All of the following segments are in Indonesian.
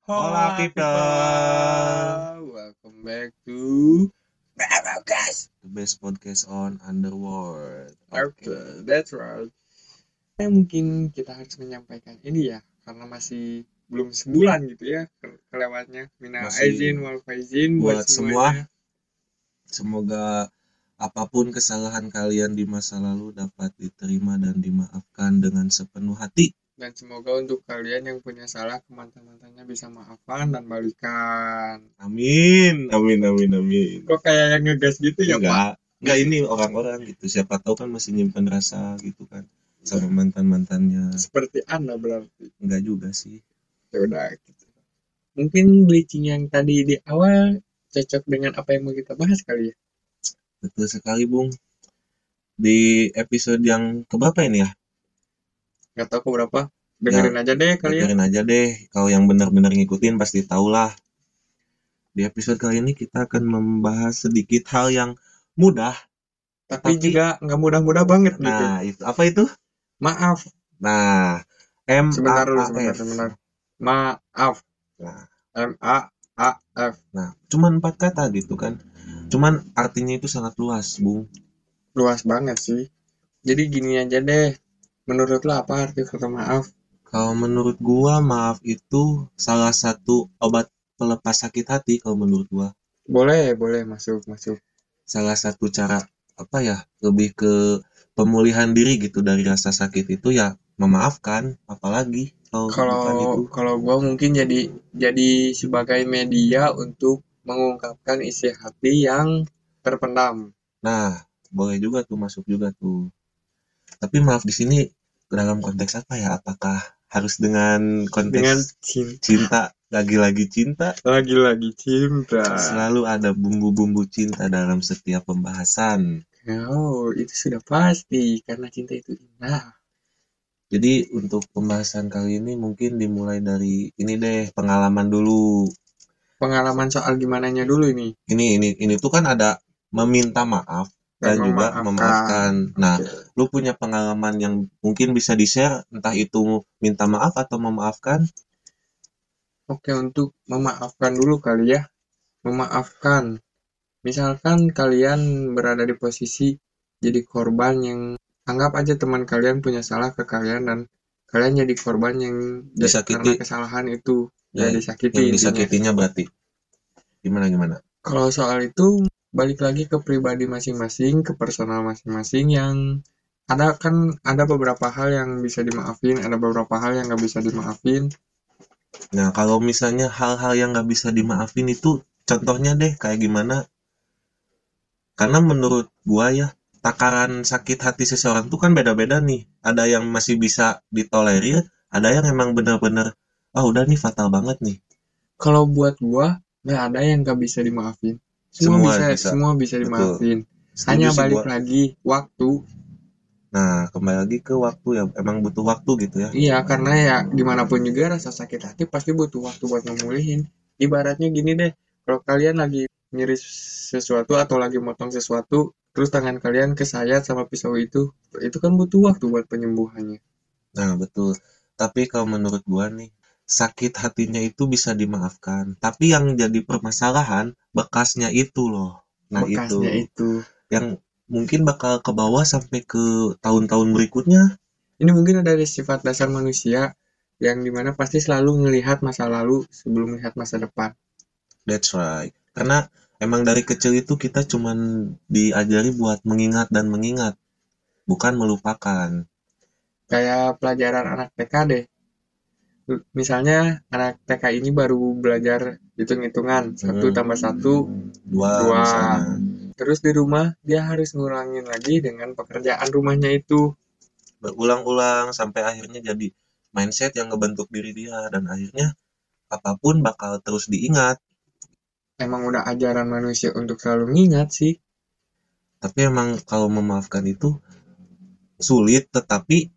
Happy people. Welcome back to Guys, the best podcast on Underworld. Oke, Underworld. that's right. Eh, mungkin kita harus menyampaikan ini ya, karena masih belum sebulan gitu ya ke- kelewatnya. Minal Masih. aizin wal faizin buat Buat semua. semuanya. Semoga apapun kesalahan kalian di masa lalu dapat diterima dan dimaafkan dengan sepenuh hati. Dan semoga untuk kalian yang punya salah ke mantan-mantannya bisa maafan dan balikan. Amin, amin, amin, amin. Iya, Kok kayak yang ngegas gitu ya, Pak? Enggak, enggak ini orang-orang gitu. Siapa tahu kan masih nyimpen rasa gitu kan sama mantan-mantannya. Seperti Anda berarti. Enggak juga sih. Ya udah gitu. Mungkin bleaching yang tadi di awal cocok dengan apa yang mau kita bahas kali ya. Betul sekali, Bung. Di episode yang keberapa ini ya? Gak tau keberapa. Dengerin aja deh ya. kalian. Dengerin aja deh. Kalau yang benar-benar ngikutin pasti tahulah. Di episode kali ini kita akan membahas sedikit hal yang mudah. Tapi, Tapi- juga nggak mudah-mudah banget gitu. Nah, itu apa itu? Maaf. Nah, M Sebentar dulu, A sebentar, sebentar. Maaf. Nah. M A A F. Nah, cuman empat kata gitu kan. Cuman artinya itu sangat luas, Bung. Luas banget sih. Jadi gini aja deh. Menurut lo apa arti kata maaf? Kalau menurut gua, maaf itu salah satu obat pelepas sakit hati kalau menurut gua. Boleh, boleh masuk, masuk. salah satu cara apa ya lebih ke pemulihan diri gitu dari rasa sakit itu ya memaafkan apalagi kalau Oh, bukan itu Kalau kalau gua mungkin jadi jadi sebagai media untuk mengungkapkan isi hati yang terpendam. nah boleh juga tuh masuk juga tuh tapi maaf di sini dalam konteks apa ya apakah harus dengan konteks dengan cinta cinta lagi-lagi cinta lagi-lagi cinta selalu ada bumbu-bumbu cinta dalam setiap pembahasan oh itu sudah pasti karena cinta itu indah jadi untuk pembahasan kali ini mungkin dimulai dari ini deh pengalaman dulu pengalaman soal gimananya dulu ini ini ini ini tuh kan ada meminta maaf dan, juga memaafkan. Nah, Oke. lu punya pengalaman yang mungkin bisa di-share entah itu minta maaf atau memaafkan? oke untuk memaafkan dulu kali ya memaafkan misalkan kalian berada di posisi jadi korban yang anggap aja teman kalian punya salah ke kalian dan kalian jadi korban yang karena Disakiti. kesalahan itu ya, Ya, disakiti yang intinya disakitinya berarti. Gimana gimana? Kalau soal itu balik lagi ke pribadi masing-masing, ke personal masing-masing yang ada kan ada beberapa hal yang bisa dimaafin, ada beberapa hal yang nggak bisa dimaafin. Nah, kalau misalnya hal-hal yang nggak bisa dimaafin itu contohnya deh kayak gimana? Karena menurut gua ya takaran sakit hati seseorang tuh kan beda-beda nih. Ada yang masih bisa ditolerir, ada yang emang bener-bener ah udah nih fatal banget nih. Kalau buat gua nggak ada yang nggak bisa dimaafin. Semua, Semua bisa, bisa. semua bisa Betul. dimaafin. Setuju Hanya sih balik gua. lagi waktu. Nah, kembali lagi ke waktu ya. Emang butuh waktu gitu ya. Iya, karena ya gimana pun juga rasa sakit hati pasti butuh waktu buat memulihin. Ibaratnya gini deh, kalau kalian lagi nyiris sesuatu atau lagi motong sesuatu, terus tangan kalian kesayat sama pisau itu, itu kan butuh waktu buat penyembuhannya. Nah, betul. Tapi kalau menurut gua nih, sakit hatinya itu bisa dimaafkan. Tapi yang jadi permasalahan bekasnya itu loh. Nah, Bekasnya itu itu. yang mungkin bakal ke bawah sampai ke tahun-tahun berikutnya. Ini mungkin dari sifat dasar manusia yang dimana pasti selalu melihat masa lalu sebelum melihat masa depan. That's right. Karena emang dari kecil itu kita cuman diajari buat mengingat dan mengingat, bukan melupakan. Kayak pelajaran anak TK deh. Misalnya anak TK ini baru belajar hitung-hitungan, satu Hmm. tambah satu Dua, Dua. misalnya. Terus di rumah dia harus ngurangin lagi dengan pekerjaan rumahnya itu. berulang-ulang sampai akhirnya jadi mindset yang ngebentuk diri dia dan akhirnya apapun bakal terus diingat Emang udah ajaran manusia untuk selalu ngingat sih. tapi emang kalau memaafkan itu sulit tetapi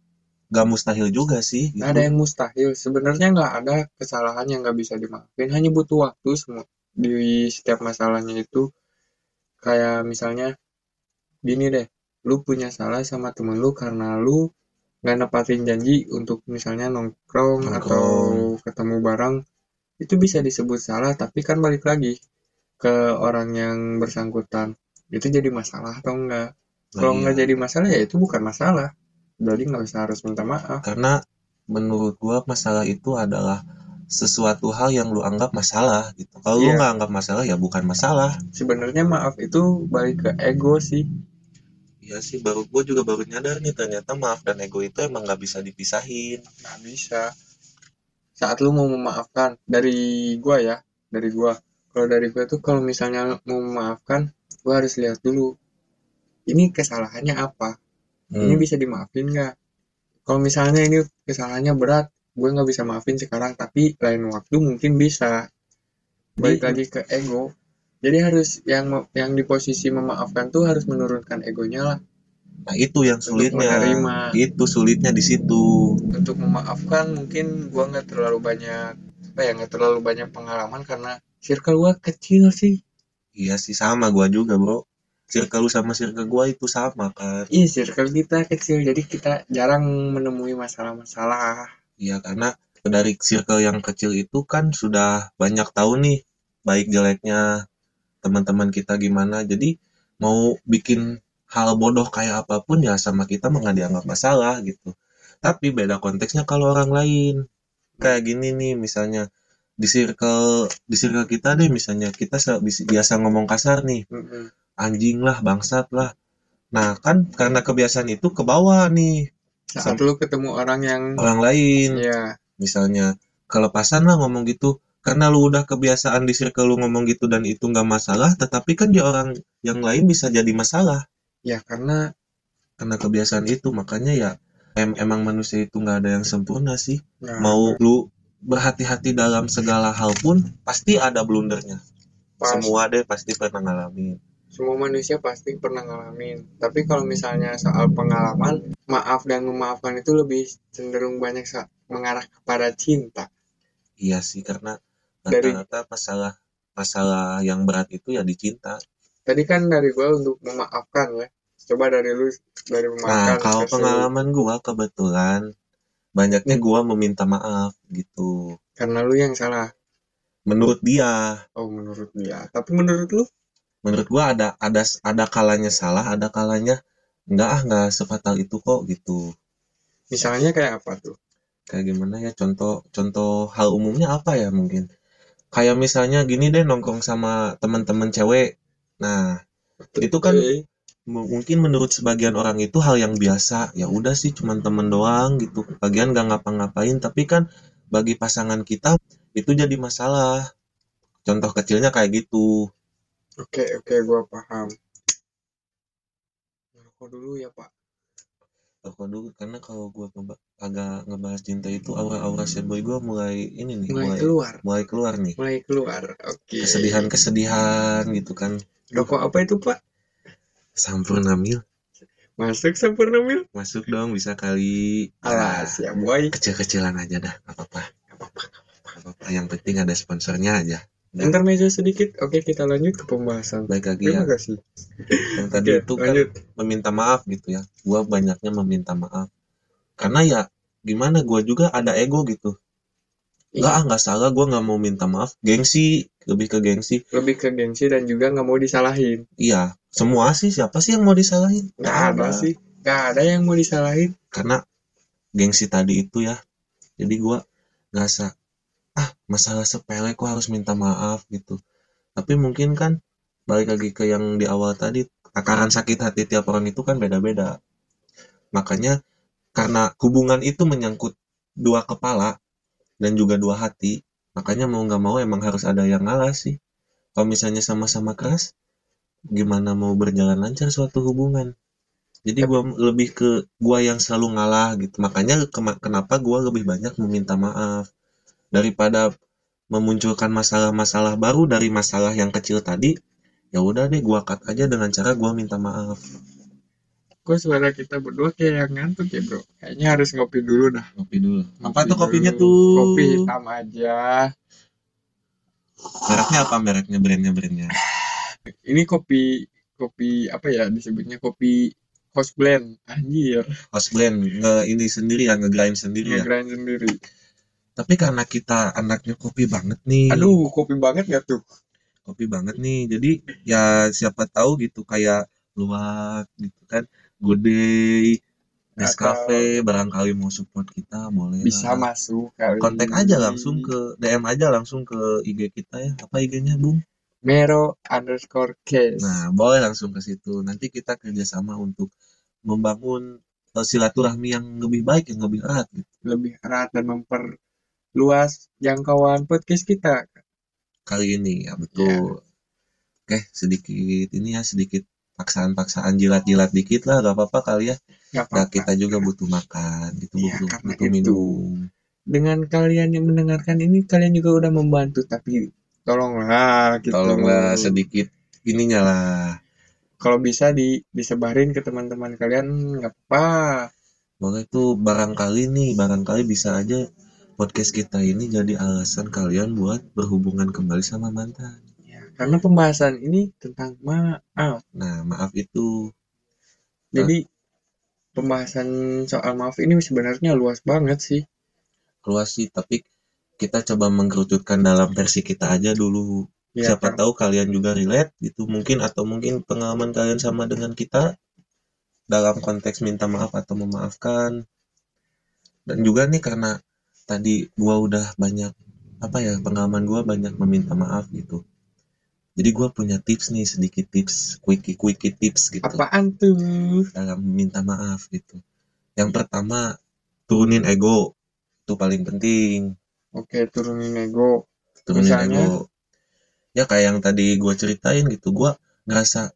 gak mustahil juga sih Nggak ada gitu. yang mustahil. Sebenarnya nggak ada kesalahan yang nggak bisa dimaafin. Hanya butuh waktu semua di setiap masalahnya itu. Kayak misalnya gini deh, lu punya salah sama temen lu karena lu nggak nepatin janji untuk misalnya nongkrong, atau ketemu bareng itu bisa disebut salah, tapi kan balik lagi ke orang yang bersangkutan. Itu jadi masalah atau enggak? Nah, Kalau iya. enggak jadi masalah ya itu bukan masalah. Jadi nggak usah harus minta maaf. karena menurut gua masalah itu adalah sesuatu hal yang lu anggap masalah gitu kalau lu Iya. nggak anggap masalah ya bukan masalah Sebenarnya maaf itu balik ke ego sih. Iya sih baru gua juga baru nyadar nih ternyata maaf dan ego itu emang nggak bisa dipisahin Nggak bisa. Saat lu mau memaafkan dari gua ya, dari gua. Kalau dari gua tuh kalau misalnya mau memaafkan, gua harus lihat dulu ini kesalahannya apa. ini Hmm, bisa dimaafin nggak? Kalau misalnya ini kesalahannya berat, gue nggak bisa maafin sekarang, tapi lain waktu mungkin bisa. Balik Iya. lagi ke ego. Jadi harus yang me- yang di posisi memaafkan tuh harus menurunkan egonya lah nah itu yang untuk sulitnya menerima, itu sulitnya di situ untuk memaafkan mungkin gue nggak terlalu banyak apa ya nggak terlalu banyak pengalaman karena circle gue kecil sih. iya sih sama gua juga bro circle lu sama circle gua itu sama kan Iya circle kita kecil jadi kita jarang menemui masalah-masalah. Iya karena dari circle yang kecil itu kan sudah banyak tahu nih baik jeleknya teman-teman kita gimana. Jadi mau bikin hal bodoh kayak apapun ya sama kita mah nggak dianggap masalah gitu. Tapi beda konteksnya kalau orang lain. Kayak gini nih misalnya di circle di circle kita deh misalnya kita se- bis- biasa ngomong kasar nih Mm-mm. anjing lah bangsat lah nah kan karena kebiasaan itu ke bawah nih Saat Sam- lu ketemu orang yang orang lain ya misalnya kelepasan lah ngomong gitu karena lu udah kebiasaan di circle lu ngomong gitu dan itu nggak masalah tetapi kan di orang yang lain bisa jadi masalah ya karena karena kebiasaan itu makanya ya em- emang manusia itu nggak ada yang sempurna sih Nah, mau lu berhati-hati dalam segala hal pun pasti ada blundernya pas- semua deh pasti pernah ngalamin semua manusia pasti pernah ngalamin. Tapi kalau misalnya soal pengalaman, maaf dan memaafkan itu lebih cenderung banyak sa- mengarah kepada cinta. iya sih karena Dari- rata-rata masalah masalah yang berat itu ya dicinta Tadi kan dari gue untuk memaafkan ya. Coba dari lu dari memaafkan Nah, kalau versi lu. pengalaman gua kebetulan banyaknya gua meminta maaf gitu. Karena lu yang salah. Menurut dia, Oh, menurut dia. Tapi menurut lu? menurut gua ada ada ada kalanya salah, ada kalanya enggak ah enggak sefatal itu kok gitu. Misalnya kayak apa tuh? Kayak gimana ya contoh contoh hal umumnya apa ya mungkin? Kayak misalnya gini deh nongkrong sama teman-teman cewek. Nah, Itu kan- Eh, m- mungkin menurut sebagian orang itu hal yang biasa. Ya udah sih cuman temen doang gitu. Bagian enggak ngapa-ngapain, tapi kan bagi pasangan kita itu jadi masalah. Contoh kecilnya kayak gitu. Oke, oke, gua paham. Ngerokok dulu ya, Pak. Rokok dulu karena kalau gue agak ngebahas cinta itu aura-aura sad boy gue mulai ini nih mulai Mulai mulai, keluar. keluar nih Mulai keluar. Oke. kesedihan-kesedihan gitu kan Rokok apa itu, Pak? sampurna mil Masuk sempurna, Mil. masuk dong bisa kali Nah, Alas ya boy. kecil-kecilan aja dah nggak apa-apa Nggak apa-apa yang penting ada sponsornya aja Dan Intermezzo sedikit. Oke, kita lanjut ke pembahasan. baik lagi ya Terima kasih. yang tadi Oke, itu kan lanjut. meminta maaf gitu ya gue banyaknya meminta maaf karena ya gimana gue juga ada ego gitu Iya. nggak ah nggak salah gue nggak mau minta maaf gengsi lebih ke gengsi Lebih ke gengsi dan juga nggak mau disalahin. Iya, semua sih siapa sih yang mau disalahin? Nggak ada sih. Nggak ada yang mau disalahin. Karena gengsi tadi itu ya. Jadi gua ngerasa ah masalah sepele kok harus minta maaf gitu. Tapi mungkin kan balik lagi ke yang di awal tadi takaran sakit hati tiap orang itu kan beda-beda. Makanya karena hubungan itu menyangkut dua kepala dan juga dua hati, makanya mau nggak mau emang harus ada yang ngalah sih. Kalau misalnya sama-sama keras, gimana mau berjalan lancar suatu hubungan? jadi gua lebih ke gua yang selalu ngalah gitu makanya kema- kenapa gua lebih banyak meminta maaf daripada memunculkan masalah-masalah baru dari masalah yang kecil tadi ya udah deh gua cut aja dengan cara gua minta maaf Kok suara kita berdua kayak yang ngantuk ya bro? Kayaknya harus ngopi dulu dah. kopi dulu apa Ngopi tuh kopinya dulu. tuh Kopi hitam aja. mereknya apa mereknya brandnya brandnya Ini kopi kopi apa ya disebutnya kopi house blend anjir house blend nge ini sendiri ya ngegrind sendiri ya ngegrind sendiri Tapi karena kita anaknya kopi banget nih. Aduh, kopi banget gak tuh? kopi banget nih jadi ya siapa tahu gitu kayak luwak gitu kan good day Nescafe barangkali mau support kita boleh Bisa lah. masuk kali. Iya. kontak aja langsung ke DM aja langsung ke IG kita ya apa IG-nya Bung Mero underscore case. nah boleh langsung ke situ nanti kita kerjasama untuk membangun eh, silaturahmi yang lebih baik yang lebih erat gitu. Lebih erat dan memperluas jangkauan podcast kita. kali ini ya betul oke sedikit ini ya sedikit paksaan-paksaan jilat-jilat dikit lah gak apa-apa kali ya Gak Nah, apa-apa. kita juga butuh makan, gitu, Iya, butuh, karena butuh itu. minum. Dengan kalian yang mendengarkan ini, kalian juga udah membantu. Tapi tolonglah gitu. Tolonglah sedikit ininya lah. Kalau bisa di, disebarin ke teman-teman kalian, nggak apa. Boleh tuh barangkali nih, barangkali bisa aja podcast kita ini jadi alasan kalian buat berhubungan kembali sama mantan. Ya, karena pembahasan ini tentang maaf. Nah, maaf itu Jadi pembahasan soal maaf ini sebenarnya luas banget sih. luas sih, tapi kita coba mengkerucutkan dalam versi kita aja dulu. Ya, Siapa karena- tahu kalian juga relate gitu mungkin atau mungkin pengalaman kalian sama dengan kita dalam konteks minta maaf atau memaafkan. Dan juga nih karena tadi gua udah banyak apa ya pengalaman gua banyak meminta maaf gitu. Jadi gua punya tips nih sedikit tips, quickie quickie tips gitu Apaan tuh? dalam minta maaf gitu. Yang pertama turunin ego itu paling penting. Oke, turunin ego. turunin Misalnya? ego ya kayak yang tadi gue ceritain gitu gue ngerasa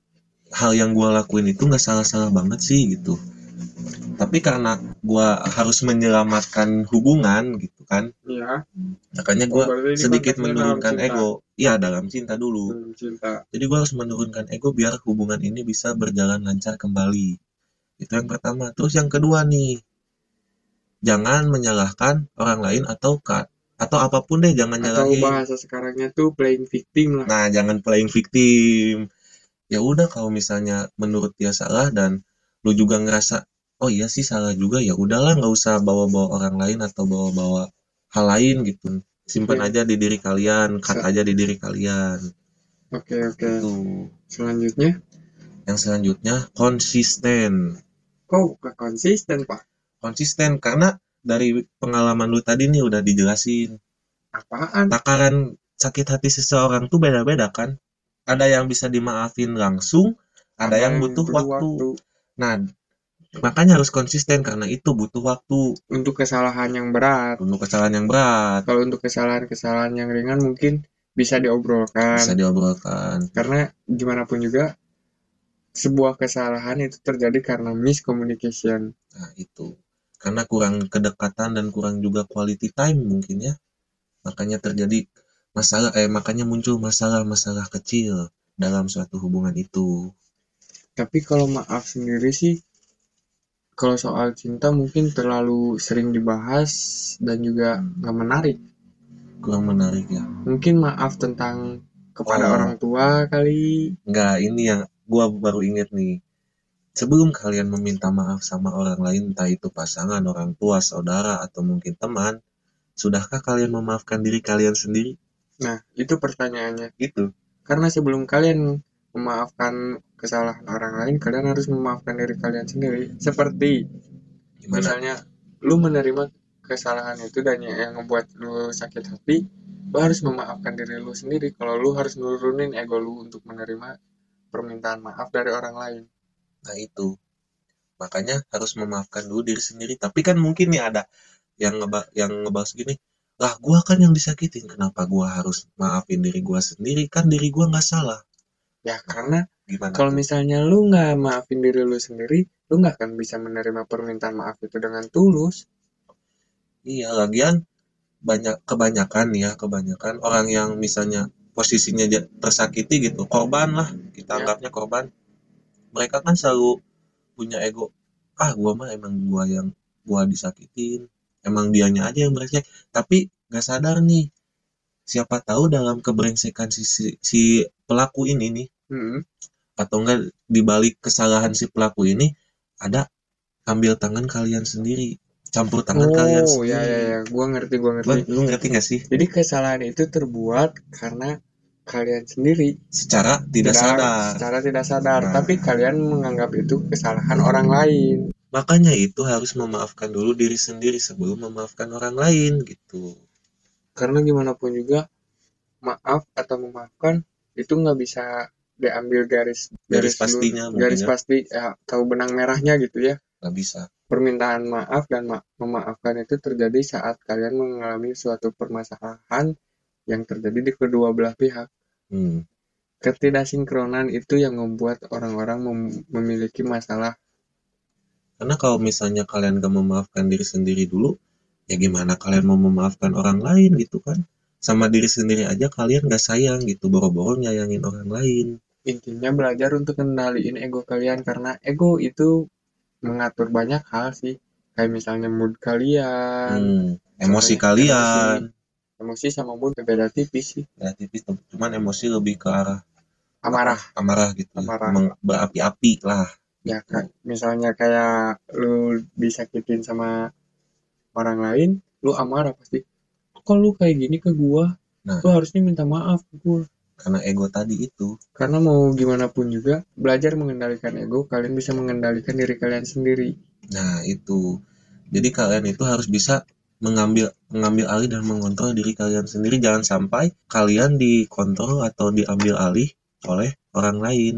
hal yang gue lakuin itu nggak salah-salah banget sih gitu tapi karena gue harus menyelamatkan hubungan gitu kan Ya, makanya Oh, gue berarti ini sedikit konteksnya menurunkan dalam cinta. ego iya dalam cinta dulu belum cinta. jadi gue harus menurunkan ego biar hubungan ini bisa berjalan lancar kembali itu yang pertama terus yang kedua nih jangan menyalahkan orang lain atau ka- atau apapun deh jangan Atau nyalahin bahasa sekarangnya tuh playing victim lah. Nah, jangan playing victim. Ya udah kalau misalnya menurut dia salah dan lu juga ngerasa oh iya sih salah juga ya udahlah nggak usah bawa-bawa orang lain atau bawa-bawa hal lain gitu. Simpan Iya. aja di diri kalian, cut Sa- aja di diri kalian. Oke, oke. Itu. Selanjutnya, Yang selanjutnya konsisten. kok gak Oh, konsisten, Pak? Konsisten karena dari pengalaman lu tadi nih udah dijelasin Apaan? takaran sakit hati seseorang tuh beda-beda kan. Ada yang bisa dimaafin langsung, ada, yang, butuh waktu. Nah, makanya harus konsisten karena itu butuh waktu Untuk kesalahan yang berat. untuk kesalahan yang berat Kalau untuk kesalahan-kesalahan yang ringan mungkin bisa diobrolkan. bisa diobrolkan. Karena gimana pun juga, sebuah kesalahan itu terjadi karena miscommunication. Nah, itu. Karena kurang kedekatan dan kurang juga quality time mungkin ya. Makanya terjadi masalah eh makanya muncul masalah-masalah kecil dalam suatu hubungan itu. Tapi kalau maaf sendiri sih, kalau soal cinta mungkin terlalu sering dibahas dan juga nggak menarik. Kurang menarik ya. Mungkin maaf tentang kepada Oh. orang tua kali. Enggak, ini yang gua baru inget nih. Sebelum kalian meminta maaf sama orang lain, entah itu pasangan, orang tua, saudara, atau mungkin teman, sudahkah kalian memaafkan diri kalian sendiri? Nah, itu pertanyaannya. Itu. Karena sebelum kalian memaafkan kesalahan orang lain, kalian harus memaafkan diri kalian sendiri. Seperti gimana misalnya lu menerima kesalahan itu dan yang membuat lu sakit hati lu harus memaafkan diri lu sendiri kalau lu harus nurunin ego lu untuk menerima permintaan maaf dari orang lain nah itu makanya harus memaafkan dulu diri sendiri tapi kan mungkin nih ada yang ngeba yang ngebahas gini lah gua kan yang disakitin kenapa gua harus maafin diri gua sendiri kan diri gua nggak salah ya karena gimana kalau tuh? misalnya lu nggak maafin diri lu sendiri lu nggak akan bisa menerima permintaan maaf itu dengan tulus iya lagian banyak kebanyakan ya kebanyakan orang yang misalnya posisinya ja- tersakiti gitu korban lah Iya. kita anggapnya korban mereka kan selalu punya ego ah gua mah emang gua yang gua disakitin emang dianya aja yang brengsek tapi nggak sadar nih siapa tahu dalam kebrengsekan si, si, si pelaku ini nih Mm-mm. atau enggak dibalik kesalahan si pelaku ini ada ambil tangan kalian sendiri campur tangan kalian Oh, sendiri. ya ya ya, gua ngerti, gua Lu, ngerti. lu ngerti gak sih? Jadi kesalahan itu terbuat karena kalian sendiri Secara tidak sadar. secara tidak sadar, Nah. tapi kalian menganggap itu kesalahan orang lain. Makanya itu harus memaafkan dulu diri sendiri sebelum memaafkan orang lain gitu. Karena gimana pun juga maaf atau memaafkan itu nggak bisa diambil garis Garis lurus- pastinya mungkin garis ya. pasti ya, atau benang merahnya gitu ya. Gak bisa. Permintaan maaf dan ma- memaafkan itu terjadi saat kalian mengalami suatu permasalahan yang terjadi di kedua belah pihak. Hmm. Ketidaksinkronan itu yang membuat orang-orang mem- memiliki masalah. Karena kalau misalnya kalian gak memaafkan diri sendiri dulu, ya gimana kalian mau memaafkan orang lain gitu kan? Sama diri sendiri aja kalian gak sayang gitu, boro-boro nyayangin orang lain. Intinya belajar untuk kendaliin ego kalian karena ego itu mengatur banyak hal sih. Kayak misalnya mood kalian, Hmm. Emosi Contohnya, kalian. emosi sama mood beda tipis sih. Nah, tipis tuh. cuman emosi lebih ke arah Amarah amarah gitu. ya. Amarah. Emang berapi-api lah. ya kayak misalnya kayak lu disakitin sama orang lain, lu amarah pasti. Kok lu kayak gini ke gua? Nah. Lu harusnya minta maaf ke gua. Karena ego tadi itu. Karena mau gimana pun juga, belajar mengendalikan ego, kalian bisa mengendalikan diri kalian sendiri. Nah, itu. Jadi kalian itu harus bisa mengambil mengambil alih dan mengontrol diri kalian sendiri. Jangan sampai kalian dikontrol atau diambil alih oleh orang lain,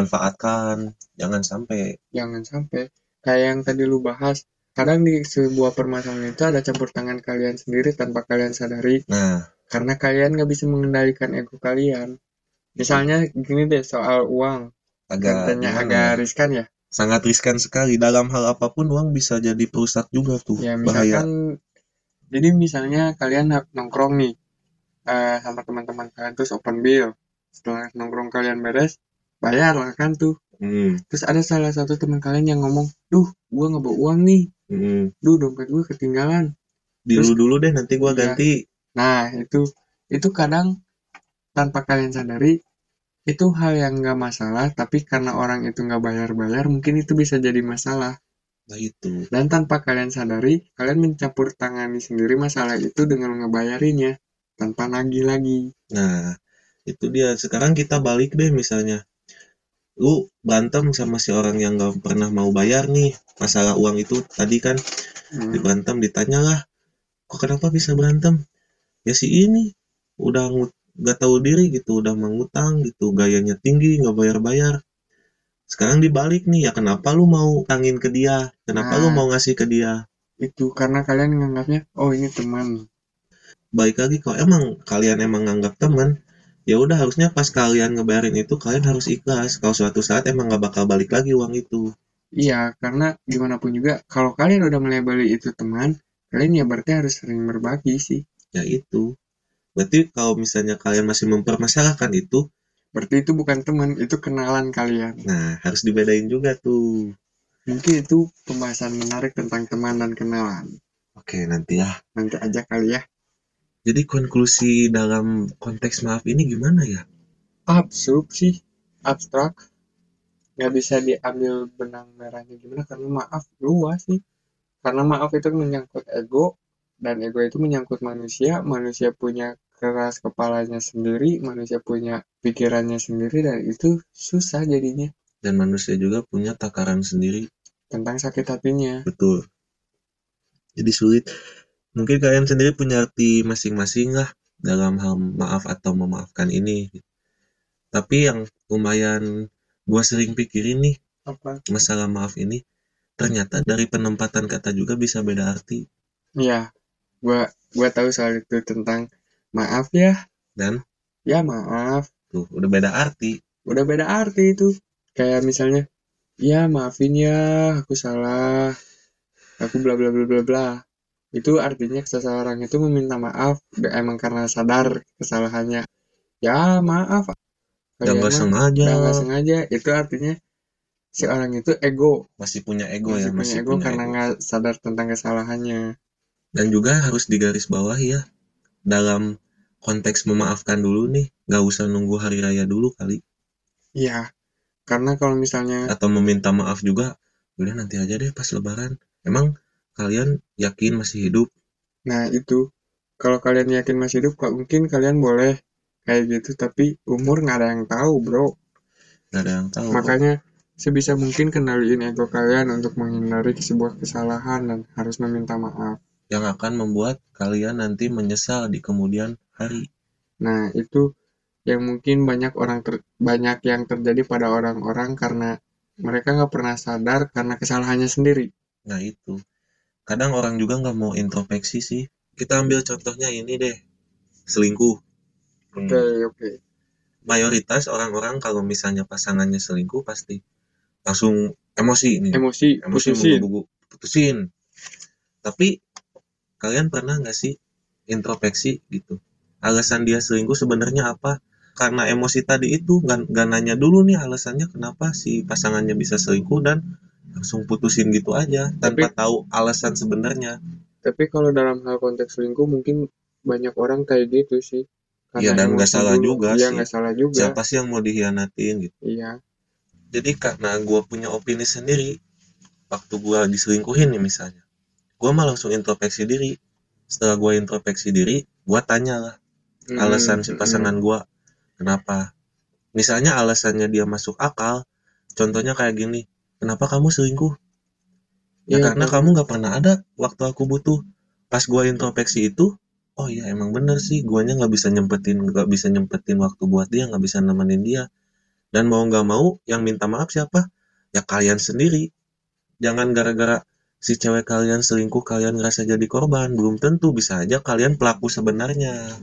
dimanfaatkan. Jangan sampai. Jangan sampai kayak yang tadi lu bahas, kadang di sebuah permasalahan itu ada campur tangan kalian sendiri tanpa kalian sadari, Nah, karena kalian nggak bisa mengendalikan ego kalian. Misalnya gini deh soal uang, agak tentunya gimana agak ya? riskan ya. sangat riskan sekali dalam hal apapun uang bisa jadi perusak juga tuh. Ya bahaya. misalkan, jadi misalnya kalian na- nongkrong nih eh, sama teman-teman kalian terus open bill, setelah nongkrong kalian beres, bayar lah kan tuh. Hmm, Terus ada salah satu teman kalian yang ngomong, duh, gua nggak bawa uang nih, hmm. duh dompet gue ketinggalan. Dulu dulu deh nanti gua Iya. ganti. Nah itu, itu kadang tanpa kalian sadari itu hal yang nggak masalah, tapi karena orang itu nggak bayar-bayar, mungkin itu bisa jadi masalah. Nah itu. Dan tanpa kalian sadari, kalian mencampur tangani sendiri masalah itu dengan ngebayarinnya tanpa nagih lagi. Nah, itu dia. Sekarang kita balik deh misalnya. Lu berantem sama si orang yang gak pernah mau bayar nih. Masalah uang itu tadi kan Hmm. dibantem, ditanyalah. Kok kenapa bisa berantem? Ya si ini udah ngu- gak tahu diri gitu, udah mengutang gitu, gayanya tinggi, gak bayar-bayar. Sekarang dibalik nih, ya kenapa lu mau tangin ke dia? Kenapa lu Nah. mau ngasih ke dia? Itu karena kalian nganggapnya, oh ini teman. Baik lagi kalau emang kalian emang nganggap teman, ya udah harusnya pas kalian ngebayarin itu kalian harus ikhlas. Kalau suatu saat emang gak bakal balik lagi uang itu. Iya, karena gimana pun juga, kalau kalian udah melebeli itu teman, kalian ya berarti harus sering berbagi sih. ya itu berarti kalau misalnya kalian masih mempermasalahkan itu Berarti itu bukan teman, itu kenalan kalian. nah harus dibedain juga tuh Mungkin itu pembahasan menarik tentang teman dan kenalan. oke nanti ya Nanti aja kali ya. jadi konklusi dalam konteks maaf ini gimana ya Absurd sih, abstrak. Nggak bisa diambil benang merahnya gimana, karena maaf luas sih. Karena maaf itu menyangkut ego, dan ego itu menyangkut manusia. Manusia punya keras kepalanya sendiri, manusia punya pikirannya sendiri, dan itu susah jadinya. dan manusia juga punya takaran sendiri tentang sakit hatinya. betul jadi sulit mungkin kalian sendiri punya arti masing-masing lah dalam hal maaf atau memaafkan ini tapi yang lumayan gua sering pikirin nih Apa? masalah maaf ini ternyata dari penempatan kata juga bisa beda arti Ya, gua gua tahu soal itu tentang maaf ya, dan ya maaf. tuh udah beda arti Udah beda arti itu. Kayak misalnya, ya maafin ya, aku salah, aku bla bla bla bla bla. Itu artinya seseorang itu meminta maaf da- emang karena sadar kesalahannya. Ya maaf. Kalian Oh iya, yang nggak mah sengaja udah nggak sengaja. Itu artinya si orang itu ego, masih punya ego masih ya punya masih ego punya karena ego. nggak sadar tentang kesalahannya. dan juga harus digarisbawahi ya dalam konteks memaafkan dulu nih nggak usah nunggu hari raya dulu kali Iya, karena kalau misalnya atau meminta maaf juga udah nanti aja deh pas lebaran emang kalian yakin masih hidup Nah, itu. Kalau kalian yakin masih hidup, kok mungkin kalian boleh kayak gitu, tapi umur nggak ada yang tahu, bro. nggak ada yang tahu Makanya, sebisa mungkin kendaliin ego kalian untuk menghindari sebuah kesalahan dan harus meminta maaf. yang akan membuat kalian nanti menyesal di kemudian hari Nah, itu yang mungkin banyak orang ter- banyak yang terjadi pada orang-orang karena mereka nggak pernah sadar karena kesalahannya sendiri. nah itu kadang orang juga nggak mau introspeksi sih kita ambil contohnya ini deh selingkuh Hmm. Oke, oke. mayoritas orang-orang kalau misalnya pasangannya selingkuh pasti langsung emosi nih Emosi, emosi putusin. menggebu-gebu putusin tapi kalian pernah nggak sih introspeksi gitu alasan dia selingkuh sebenarnya apa karena emosi tadi itu nggak nggak nanya dulu nih alasannya kenapa si pasangannya bisa selingkuh dan langsung putusin gitu aja tanpa tahu alasan sebenarnya Tapi kalau dalam hal konteks selingkuh mungkin banyak orang kayak gitu sih. Iya, dan nggak emosi salah dulu. juga Iya, sih. nggak salah juga. siapa sih yang mau dihianatin gitu Iya. jadi karena gue punya opini sendiri waktu gue diselingkuhin nih misalnya gue mah langsung introspeksi diri setelah gue introspeksi diri gue tanya lah alasan si Mm, pasangan mm. gua kenapa misalnya alasannya dia masuk akal contohnya kayak gini kenapa kamu selingkuh ya Iya, karena bener. kamu nggak pernah ada waktu aku butuh pas gua introspeksi itu oh iya emang bener sih guanya nggak bisa nyempetin nggak bisa nyempetin waktu buat dia nggak bisa nemenin dia dan mau nggak mau yang minta maaf siapa ya kalian sendiri jangan gara-gara si cewek kalian selingkuh kalian ngerasa jadi korban belum tentu bisa aja kalian pelaku sebenarnya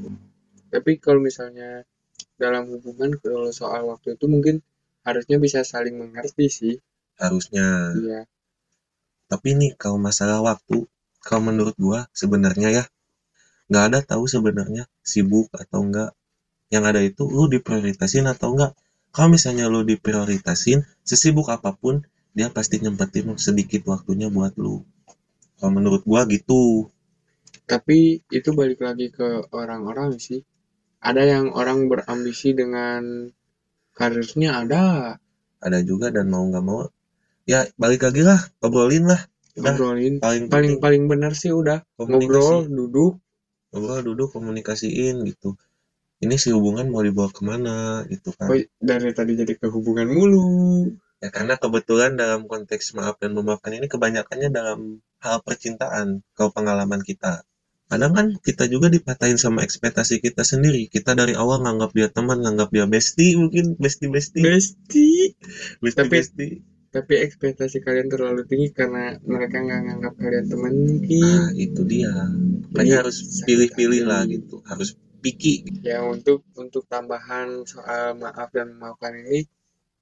Tapi kalau misalnya dalam hubungan kalau soal waktu itu mungkin harusnya bisa saling mengerti sih. harusnya Iya. Tapi nih kalau masalah waktu, kalau menurut gua sebenarnya ya nggak ada tahu sebenarnya sibuk atau enggak. Yang ada itu lu diprioritasin atau enggak. Kalau misalnya lu diprioritasin, sesibuk apapun dia pasti nyempetin sedikit waktunya buat lu. Kalau menurut gua gitu. Tapi itu balik lagi ke orang-orang sih. Ada yang orang berambisi dengan karirnya ada Ada juga dan mau nggak mau ya balik lagi lah, obrolin lah. Udah ngobrolin. paling penting Paling paling benar sih udah ngobrol, komunikasi, duduk. ngobrol duduk komunikasiin gitu. Ini si hubungan mau dibawa kemana gitu kan. Kok dari tadi jadi ke hubungan mulu. Ya, karena kebetulan dalam konteks maaf dan memaafkan ini kebanyakannya dalam hal percintaan, kalau pengalaman kita. Kadang kan kita juga dipatahin sama ekspektasi kita sendiri. Kita dari awal nganggap dia teman, nganggap dia bestie mungkin, bestie-bestie, Besti. Tapi- bestie-bestie. Tapi ekspektasi kalian terlalu tinggi karena mereka nggak nganggap kalian teman mungkin. Nah, itu dia. Jadi, Makanya harus sakit pilih-pilih hati. lah gitu. Harus picky. Ya untuk untuk tambahan soal maaf dan memaafkan ini,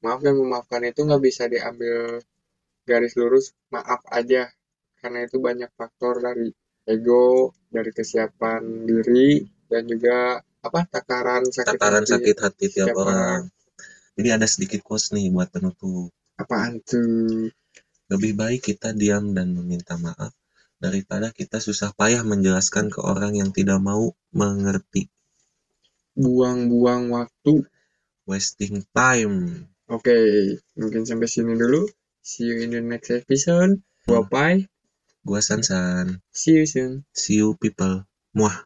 maaf dan memaafkan itu nggak bisa diambil garis lurus maaf aja karena itu banyak faktor dari ego, dari kesiapan diri dan juga apa takaran sakit Takaran hati. sakit hati tiap Tiap orang. Jadi ada sedikit quotes nih buat penutup. Apaan tuh? Lebih baik kita diam dan meminta maaf daripada kita susah payah menjelaskan ke orang yang tidak mau mengerti. Buang-buang waktu. Wasting time. Oke, mungkin sampai sini dulu. See you in the next episode. Hmm. Bye bye. Gua Sansan. See you soon. See you people. Muah.